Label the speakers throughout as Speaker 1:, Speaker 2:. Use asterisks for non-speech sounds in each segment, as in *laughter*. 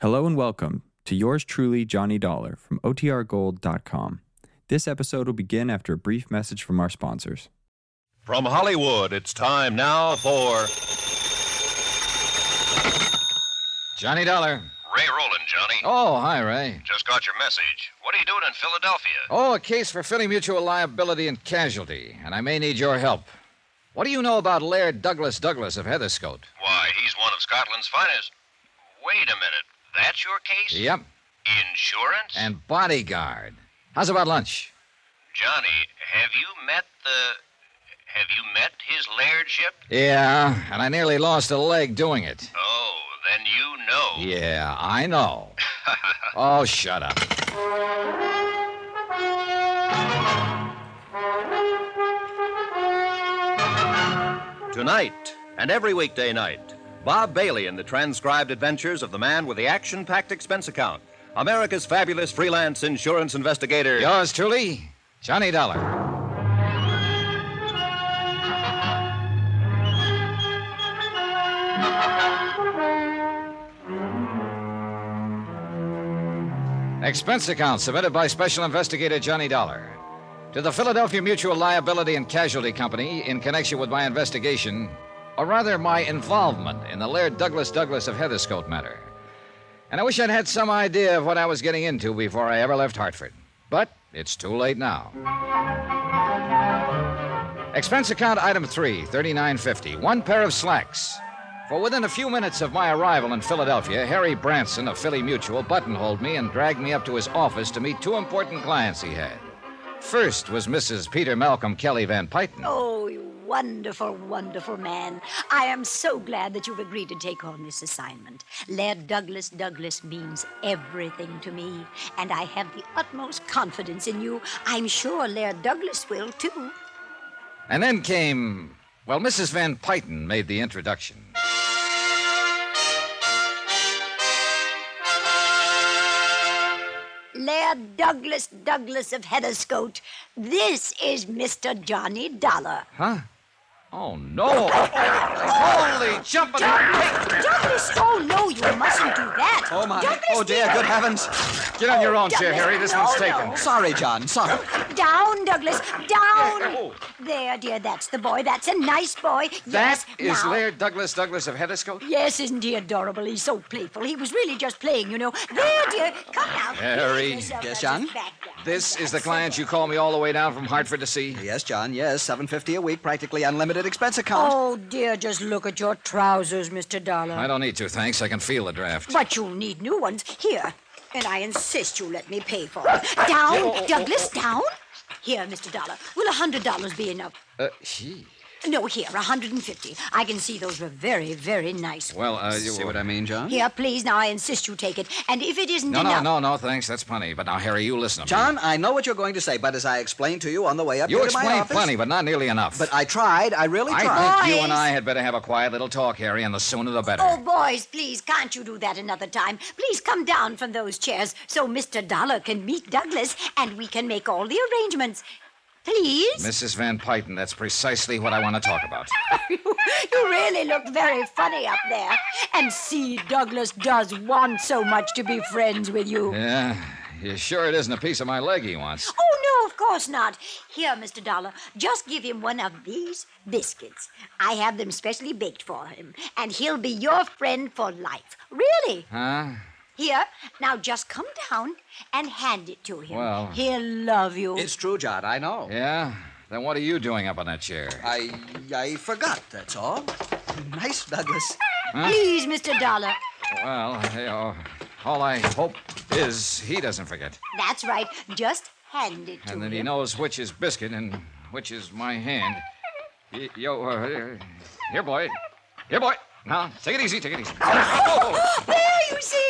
Speaker 1: Hello and welcome to yours truly, Johnny Dollar from OTRGold.com. This episode will begin after a brief message from our sponsors.
Speaker 2: From Hollywood, it's time now for
Speaker 3: Johnny Dollar.
Speaker 2: Ray Roland, Johnny.
Speaker 3: Oh, hi, Ray.
Speaker 2: Just got your message. What are you doing in Philadelphia?
Speaker 3: Oh, a case for Philly Mutual Liability and Casualty, and I may need your help. What do you know about Laird Douglas Douglas of Heatherscote?
Speaker 2: Why, he's one of Scotland's finest. Wait a minute. That's your case?
Speaker 3: Yep,
Speaker 2: Insurance?
Speaker 3: and bodyguard. How's about lunch?
Speaker 2: Johnny, have you met the. Have you met his lairdship?
Speaker 3: Yeah, and I nearly lost a leg doing it.
Speaker 2: Oh, then you know.
Speaker 3: Yeah, I
Speaker 2: *laughs*
Speaker 3: know. oh, shut up.
Speaker 2: Tonight, and every weekday night, Bob Bailey in the transcribed adventures of the man with the action packed expense account, America's fabulous freelance insurance investigator.
Speaker 3: Yours truly, Johnny Dollar. Expense account submitted by Special Investigator Johnny Dollar to the Philadelphia Mutual Liability and Casualty Company in connection with my investigation, or rather my involvement in the Laird Douglas Douglas of Heatherscote matter. And I wish I'd had some idea of what I was getting into before I ever left Hartford. But it's too late now. Expense account item three, thirty-nine fifty. One pair of slacks. For within a few minutes of my arrival in Philadelphia, Harry Branson of Philly Mutual buttonholed me and dragged me up to his office to meet two important clients he had. First was Mrs. Peter Malcolm Kelly Van Pyton.
Speaker 4: Oh, you wonderful, wonderful man. I am so glad that you've agreed to take on this assignment. Laird Douglas Douglas means everything to me, and I have the utmost confidence in you. I'm sure Laird Douglas will, too.
Speaker 3: And then came, well, Mrs. Van Pyton made the introduction.
Speaker 4: Laird Douglas Douglas of Heatherscote, this is Mr. Johnny Dollar.
Speaker 3: Huh? Oh, no. Holy jumping.
Speaker 4: Douglas, oh no, you mustn't do that.
Speaker 5: Oh, my.
Speaker 4: Douglas,
Speaker 5: oh, dear, good heavens.
Speaker 3: Get on your own chair,
Speaker 4: Douglas,
Speaker 3: Harry. This
Speaker 4: no,
Speaker 3: one's
Speaker 4: no.
Speaker 3: taken.
Speaker 5: Sorry, John, sorry.
Speaker 4: Down, Douglas, down.
Speaker 3: oh.
Speaker 4: There, dear, that's the boy. That's a nice boy.
Speaker 3: That
Speaker 4: Yes,
Speaker 3: is
Speaker 4: now.
Speaker 3: Laird Douglas Douglas of Heatherscote?
Speaker 4: Yes, isn't he adorable? He's so playful. He was really just playing, you know. There, dear, come now.
Speaker 3: Harry.
Speaker 5: Yes, John?
Speaker 3: This is the client you called me all the way down from Hartford to see?
Speaker 5: Yes, John, yes. 750 a week, practically unlimited expense account.
Speaker 4: Oh, dear, just look at your trousers, Mr. Dollar.
Speaker 3: I don't need to, thanks. I can feel the draft.
Speaker 4: But you'll need new ones. Here. And I insist you let me pay for them. Down,
Speaker 3: Oh,
Speaker 4: Douglas, down. Here, Mr. Dollar. Will a hundred dollars be enough?
Speaker 3: Uh, gee.
Speaker 4: No, here, a hundred and fifty. I can see those were very, very nice.
Speaker 3: Well, uh, you
Speaker 5: See what I mean, John?
Speaker 4: Here, please. Now, I insist you take it. And if it isn't
Speaker 3: No, no,
Speaker 4: enough,
Speaker 3: no, no, thanks. That's plenty. But now, Harry, you listen to me.
Speaker 5: John, I know what you're going to say, but as I explained to you on the way up
Speaker 3: you
Speaker 5: here to my
Speaker 3: explained
Speaker 5: office,
Speaker 3: plenty, but not nearly enough.
Speaker 5: But I tried, I really
Speaker 3: I
Speaker 5: tried.
Speaker 3: think you
Speaker 4: Boys.
Speaker 3: and I had better have a quiet little talk, Harry, and the sooner the better.
Speaker 4: Oh, boys, please, can't you do that another time? Please come down from those chairs so Mr. Dollar can meet Douglas and we can make all the arrangements. Please?
Speaker 3: Mrs. Van Pyton, that's precisely what I want to talk about.
Speaker 4: You really look very funny up there. And see, Douglas does want so much to be friends with you.
Speaker 3: Yeah, you sure it isn't a piece of my leg he wants?
Speaker 4: Oh, no, of course not. Here, Mr. Dollar, just give him one of these biscuits. I have them specially baked for him, and he'll be your friend for life. Really?
Speaker 3: Huh?
Speaker 4: Here, now just come down and hand it to him.
Speaker 3: Well-
Speaker 4: He'll love you.
Speaker 5: It's true, John, I know.
Speaker 3: Yeah? Then what are you doing up on that chair?
Speaker 5: I I forgot, that's all. *laughs* Nice, Douglas.
Speaker 4: Please, Mr. Dollar.
Speaker 3: Well, hey, oh, all I hope is he doesn't forget.
Speaker 4: That's right. Just hand it to
Speaker 3: And that he
Speaker 4: him.
Speaker 3: knows which is biscuit and which is my hand. Y- Yo, uh, here, boy. Here, boy. Now, take it easy, take it easy. Oh,
Speaker 4: *gasps* There you see.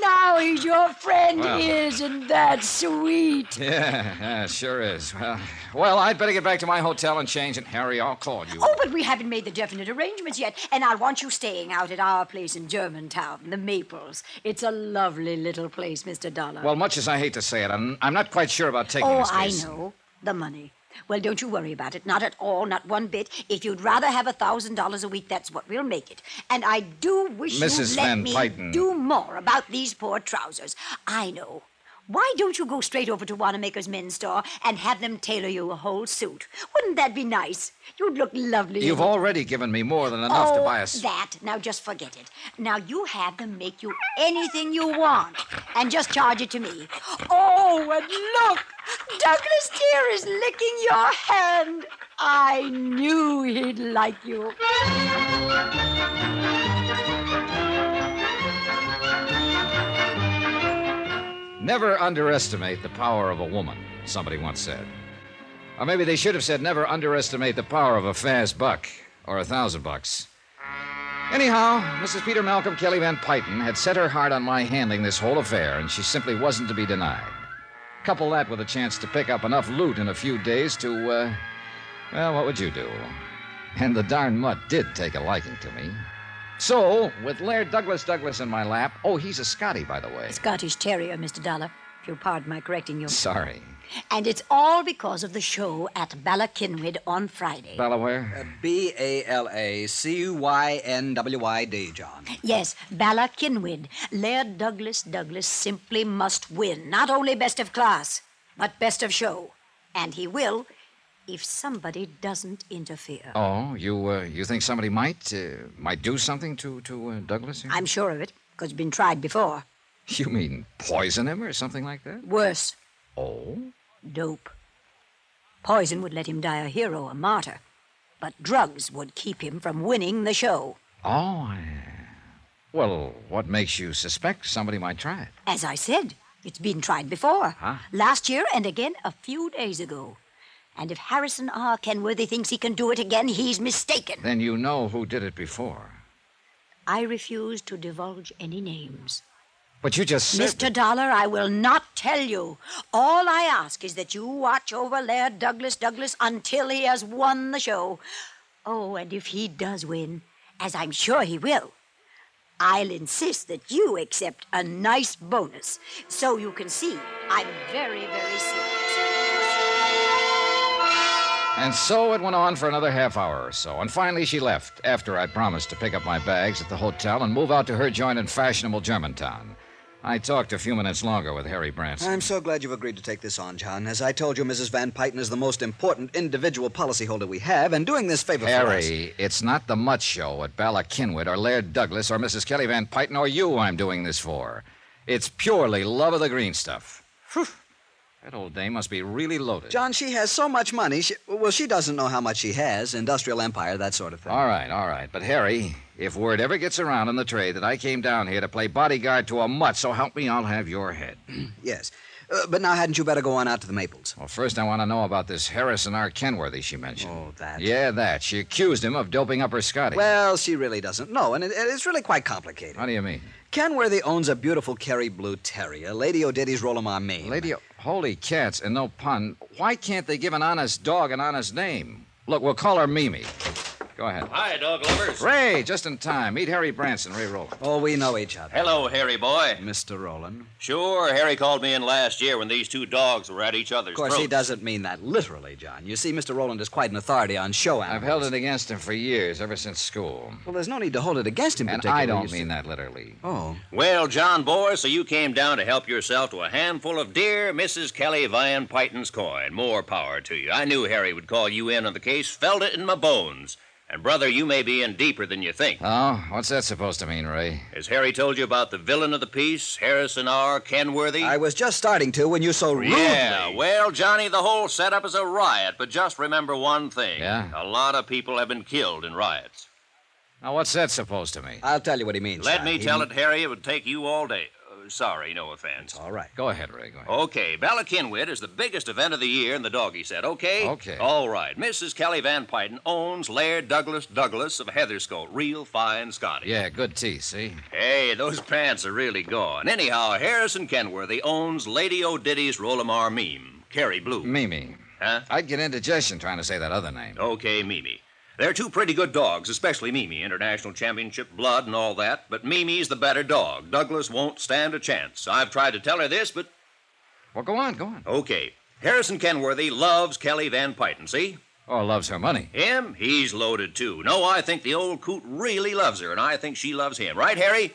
Speaker 4: Now he's your friend,
Speaker 3: Well.
Speaker 4: isn't that sweet?
Speaker 3: yeah, yeah, sure is. Well, well, I'd better get back to my hotel and change, and Harry, I'll call you.
Speaker 4: Oh, but we haven't made the definite arrangements yet, and I'll want you staying out at our place in Germantown, the Maples. It's a lovely little place, Mr. Dollar.
Speaker 3: Well, much as I hate to say it, I'm, I'm not quite sure about taking
Speaker 4: oh,
Speaker 3: this
Speaker 4: I
Speaker 3: case.
Speaker 4: know. The money. Well, don't you worry about it. Not at all, not one bit. If you'd rather have a thousand dollars a week, that's what we'll make it. And I do wish
Speaker 3: Mrs.
Speaker 4: you'd let
Speaker 3: Van
Speaker 4: me
Speaker 3: Pyton.
Speaker 4: do more about these poor trousers. I know. Why don't you go straight over to Wanamaker's men's store and have them tailor you a whole suit? Wouldn't that be nice? You'd look lovely. in
Speaker 3: You've
Speaker 4: it.
Speaker 3: already given me more than enough
Speaker 4: oh,
Speaker 3: to buy us.
Speaker 4: that. Now just forget it. Now you have them make you anything you want and just charge it to me. Oh, and look! Douglas dear is licking your hand. I knew he'd like you.
Speaker 3: Never underestimate the power of a woman, somebody once said. Or maybe they should have said never underestimate the power of a fast buck or a thousand bucks. Anyhow, Mrs. Peter Malcolm Kelly Van Pyton had set her heart on my handling this whole affair, and she simply wasn't to be denied. Couple that with a chance to pick up enough loot in a few days to, uh, well, what would you do? And the darn mutt did take a liking to me. So, with Laird Douglas Douglas in my lap, oh, he's a Scotty, by the way.
Speaker 4: Scottish Terrier, Mr. Dollar. If you'll pardon my correcting you.
Speaker 3: Sorry.
Speaker 4: And it's all because of the show at Ballakinwid on Friday.
Speaker 3: Delaware?
Speaker 5: B A L A C Y N W Y D, John.
Speaker 4: Yes, Bala Kinwid. Laird Douglas Douglas simply must win. Not only best of class, but best of show. And he will if somebody doesn't interfere.
Speaker 3: Oh, you uh, you think somebody might uh, might do something to to uh, Douglas? Here?
Speaker 4: I'm sure of it, because it's been tried before.
Speaker 3: You mean poison him or something like that?
Speaker 4: Worse,
Speaker 3: Oh,
Speaker 4: dope. Poison would let him die a hero, a martyr. But drugs would keep him from winning the show.
Speaker 3: oh. I- Well, what makes you suspect somebody might try it?
Speaker 4: As I said, it's been tried before. Last year and again a few days ago. And if Harrison R. Kenworthy thinks he can do it again, he's mistaken.
Speaker 3: Then you know who did it before.
Speaker 4: I refuse to divulge any names.
Speaker 3: But you just said.
Speaker 4: Mr. Dollar, I will not tell you. All I ask is that you watch over Laird Douglas Douglas until he has won the show. Oh, and if he does win, as I'm sure he will, I'll insist that you accept a nice bonus so you can see I'm very, very serious.
Speaker 3: And so it went on for another half hour or so, and finally she left after I promised to pick up my bags at the hotel and move out to her joint in fashionable Germantown. I talked a few minutes longer with Harry Branson.
Speaker 5: I'm so glad you've agreed to take this on, John. As I told you, Mrs. Van Pyton is the most important individual policyholder we have, and doing this favor for us.
Speaker 3: Harry, it's not the Mutt Show at Bala Kinwood or Laird Douglas or Mrs. Kelly Van Pyton or you I'm doing this for. It's purely love of the green stuff. Whew. That old dame must be really loaded.
Speaker 5: John, she has so much money. She, well, she doesn't know how much she has. Industrial empire, that sort of thing.
Speaker 3: All right, all right. But, Harry, if word ever gets around in the trade that I came down here to play bodyguard to a mutt, so help me, I'll have your head.
Speaker 5: Yes. Uh, but now, hadn't you better go on out to the Maples?
Speaker 3: Well, first, I want to know about this Harrison R. Kenworthy she mentioned.
Speaker 5: Oh, that.
Speaker 3: Yeah, that. She accused him of doping up her Scotty.
Speaker 5: Well, she really doesn't know, and it, it's really quite complicated.
Speaker 3: How do you mean?
Speaker 5: Kenworthy owns a beautiful Kerry Blue Terrier, Lady O'Diddy's Rollum Maine.
Speaker 3: Lady, holy cats, and no pun. Why can't they give an honest dog an honest name? Look, we'll call her Mimi. Go ahead.
Speaker 2: Hi, dog lovers.
Speaker 3: Ray, just in time. Meet Harry Branson, Ray Roland.
Speaker 5: Oh, we know each other.
Speaker 2: Hello, Harry boy.
Speaker 5: Mr. Roland.
Speaker 2: Sure, Harry called me in last year when these two dogs were at each other's
Speaker 5: Of course,
Speaker 2: throats.
Speaker 5: he doesn't mean that literally, John. You see, Mr. Roland is quite an authority on show animals.
Speaker 3: I've held it against him for years, ever since school.
Speaker 5: Well, there's no need to hold it against him,
Speaker 3: And
Speaker 5: particularly.
Speaker 3: I
Speaker 5: you
Speaker 3: don't
Speaker 5: see.
Speaker 3: mean that literally.
Speaker 5: Oh,
Speaker 2: Well, John Boy, so you came down to help yourself to a handful of dear Mrs. Kelly Van Pyton's coin. More power to you. I knew Harry would call you in on the case. Felt it in my bones. And, brother, you may be in deeper than you think.
Speaker 3: Oh, what's that supposed to mean, Ray?
Speaker 2: Has Harry told you about the villain of the piece, Harrison R. Kenworthy?
Speaker 5: I was just starting to when you so rudely.
Speaker 2: Yeah, well, Johnny, the whole setup is a riot, but just remember one thing.
Speaker 3: Yeah?
Speaker 2: A lot of people have been killed in riots.
Speaker 3: Now, what's that supposed to mean?
Speaker 5: I'll tell you what he means.
Speaker 2: Let
Speaker 5: John.
Speaker 2: me
Speaker 5: He
Speaker 2: tell
Speaker 5: mean-
Speaker 2: it, Harry, it would take you all day. Uh, sorry, no offense.
Speaker 5: All right.
Speaker 3: Go ahead, Ray. Go ahead.
Speaker 2: Okay, Bella Kinwid is the biggest event of the year in the doggy set, okay?
Speaker 3: Okay.
Speaker 2: All right. Mrs. Kelly Van Pyton owns Laird Douglas Douglas of Heatherscote. Real fine Scotty.
Speaker 3: Yeah, good tea, see?
Speaker 2: Hey, those pants are really gone. Anyhow, Harrison Kenworthy owns Lady O'Diddy's Rolamar meme, Carrie Blue.
Speaker 3: Mimi.
Speaker 2: Huh? Oh.
Speaker 3: I'd get indigestion trying to say that other name.
Speaker 2: Okay, Mimi. They're two pretty good dogs, especially Mimi. International championship blood and all that. But Mimi's the better dog. Douglas won't stand a chance. I've tried to tell her this, but
Speaker 3: Well, go on, go on.
Speaker 2: Okay. Harrison Kenworthy loves Kelly Van Pyton, see?
Speaker 3: Or Oh, loves her money.
Speaker 2: Him? He's loaded, too. No, I think the old coot really loves her, and I think she loves him. Right, Harry?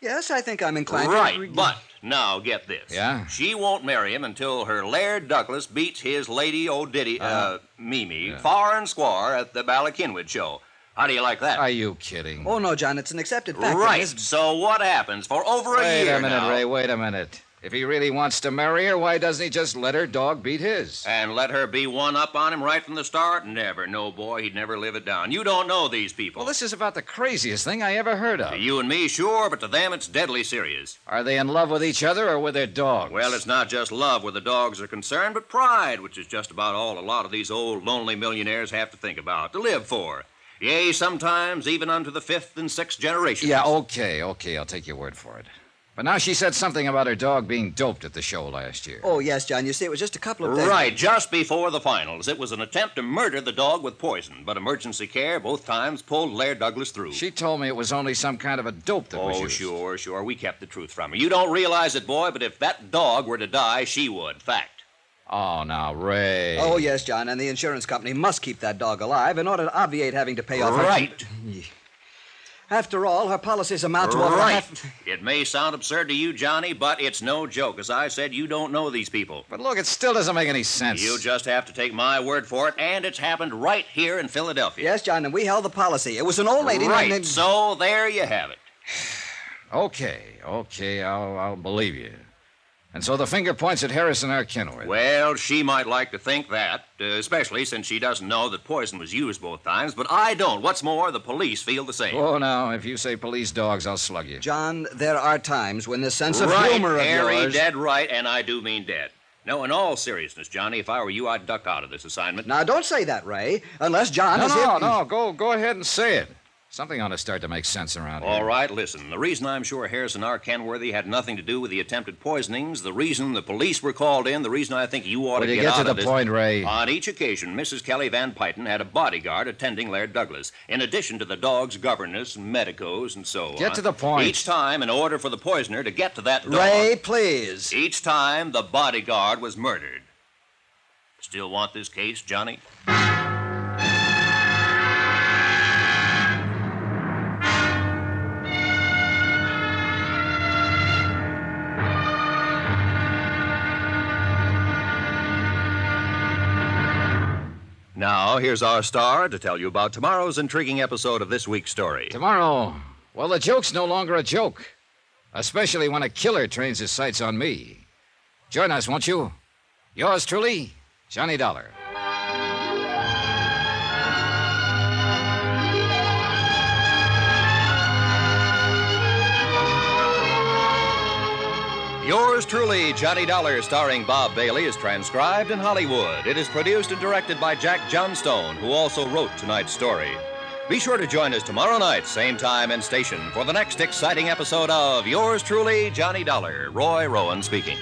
Speaker 5: Yes, I think I'm inclined to
Speaker 2: right,
Speaker 5: agree.
Speaker 2: but now get this.
Speaker 3: Yeah?
Speaker 2: She won't marry him until her Laird Douglas beats his Lady O'Diddy, uh,
Speaker 3: Uh-huh.
Speaker 2: Mimi, far and square at the Ballykinwood show. How do you like that?
Speaker 3: Are you kidding?
Speaker 5: Oh, no, John, it's an accepted fact. that
Speaker 2: right.
Speaker 5: Miss-
Speaker 2: So what happens? For over a
Speaker 3: wait
Speaker 2: year
Speaker 3: a minute,
Speaker 2: now,
Speaker 3: Ray. Wait a minute. If he really wants to marry her, why doesn't he just let her dog beat his?
Speaker 2: And let her be one up on him right from the start? Never. No, boy, he'd never live it down. You don't know these people.
Speaker 3: Well, this is about the craziest thing I ever heard of.
Speaker 2: to you and me, sure, but to them it's deadly serious.
Speaker 3: Are they in love with each other or with their dogs?
Speaker 2: Well, it's not just love where the dogs are concerned, but pride, which is just about all a lot of these old lonely millionaires have to think about, to live for. Yea, sometimes even unto the fifth and sixth generation.
Speaker 3: Yeah, oh, okay, okay. I'll take your word for it. But now she said something about her dog being doped at the show last year.
Speaker 5: Oh, yes, John. You see, it was just a couple of days.
Speaker 2: Right, just before the finals. It was an attempt to murder the dog with poison, but emergency care both times pulled Laird Douglas through.
Speaker 3: She told me it was only some kind of a dope that was
Speaker 2: Oh,
Speaker 3: used.
Speaker 2: sure, sure. We kept the truth from her. You don't realize it, boy, but if that dog were to die, she would. Fact.
Speaker 3: Oh, now, Ray.
Speaker 5: Oh, yes, John, and the insurance company must keep that dog alive in order to obviate having to pay off her-
Speaker 2: Right.
Speaker 5: After all, her policies amount to a
Speaker 2: Right.
Speaker 5: half-
Speaker 2: It may sound absurd to you, Johnny, but it's no joke. As I said, you don't know these people.
Speaker 3: But look, it still doesn't make any sense.
Speaker 2: You just have to take my word for it, and it's happened right here in Philadelphia.
Speaker 5: Yes, John, and we held the policy. It was an old lady
Speaker 2: right.
Speaker 5: named...
Speaker 2: So there you have it.
Speaker 3: Okay, okay, I'll, I'll believe you. And so the finger points at Harrison R. Kenworth.
Speaker 2: Well, she might like to think that, uh, especially since she doesn't know that poison was used both times, but I don't. What's more, the police feel the same.
Speaker 3: Oh, now, if you say police dogs, I'll slug you.
Speaker 5: John, there are times when this sense of
Speaker 2: right,
Speaker 5: humor of
Speaker 2: Harry,
Speaker 5: yours...
Speaker 2: dead right, and I do mean dead. No, in all seriousness, Johnny, if I were you, I'd duck out of this assignment.
Speaker 5: Now, don't say that, Ray, unless John
Speaker 3: No,
Speaker 5: is...
Speaker 3: no,
Speaker 5: here-
Speaker 3: no, go, go ahead and say it. Something ought to start to make sense around here.
Speaker 2: All right, listen. The reason I'm sure Harrison R. Kenworthy had nothing to do with the attempted poisonings, the reason the police were called in, the reason I think you ought
Speaker 3: Will
Speaker 2: to
Speaker 3: you
Speaker 2: get,
Speaker 3: get
Speaker 2: out
Speaker 3: to the
Speaker 2: of this.
Speaker 3: point, Ray?
Speaker 2: On each occasion, Mrs. Kelly Van Pyton had a bodyguard attending Laird Douglas, in addition to the dog's governess, medicos, and so on.
Speaker 3: Get to the point.
Speaker 2: Each time, in order for the poisoner to get to that dog,
Speaker 5: Ray, please.
Speaker 2: each time the bodyguard was murdered. Still want this case, Johnny? Now, here's our star to tell you about tomorrow's intriguing episode of this week's story.
Speaker 3: Tomorrow, well, the joke's no longer a joke, especially when a killer trains his sights on me. Join us, won't you? Yours truly, Johnny Dollar.
Speaker 2: Yours truly, Johnny Dollar, starring Bob Bailey, is transcribed in Hollywood. It is produced and directed by Jack Johnstone, who also wrote tonight's story. Be sure to join us tomorrow night, same time and station, for the next exciting episode of Yours truly, Johnny Dollar. Roy Rowan speaking.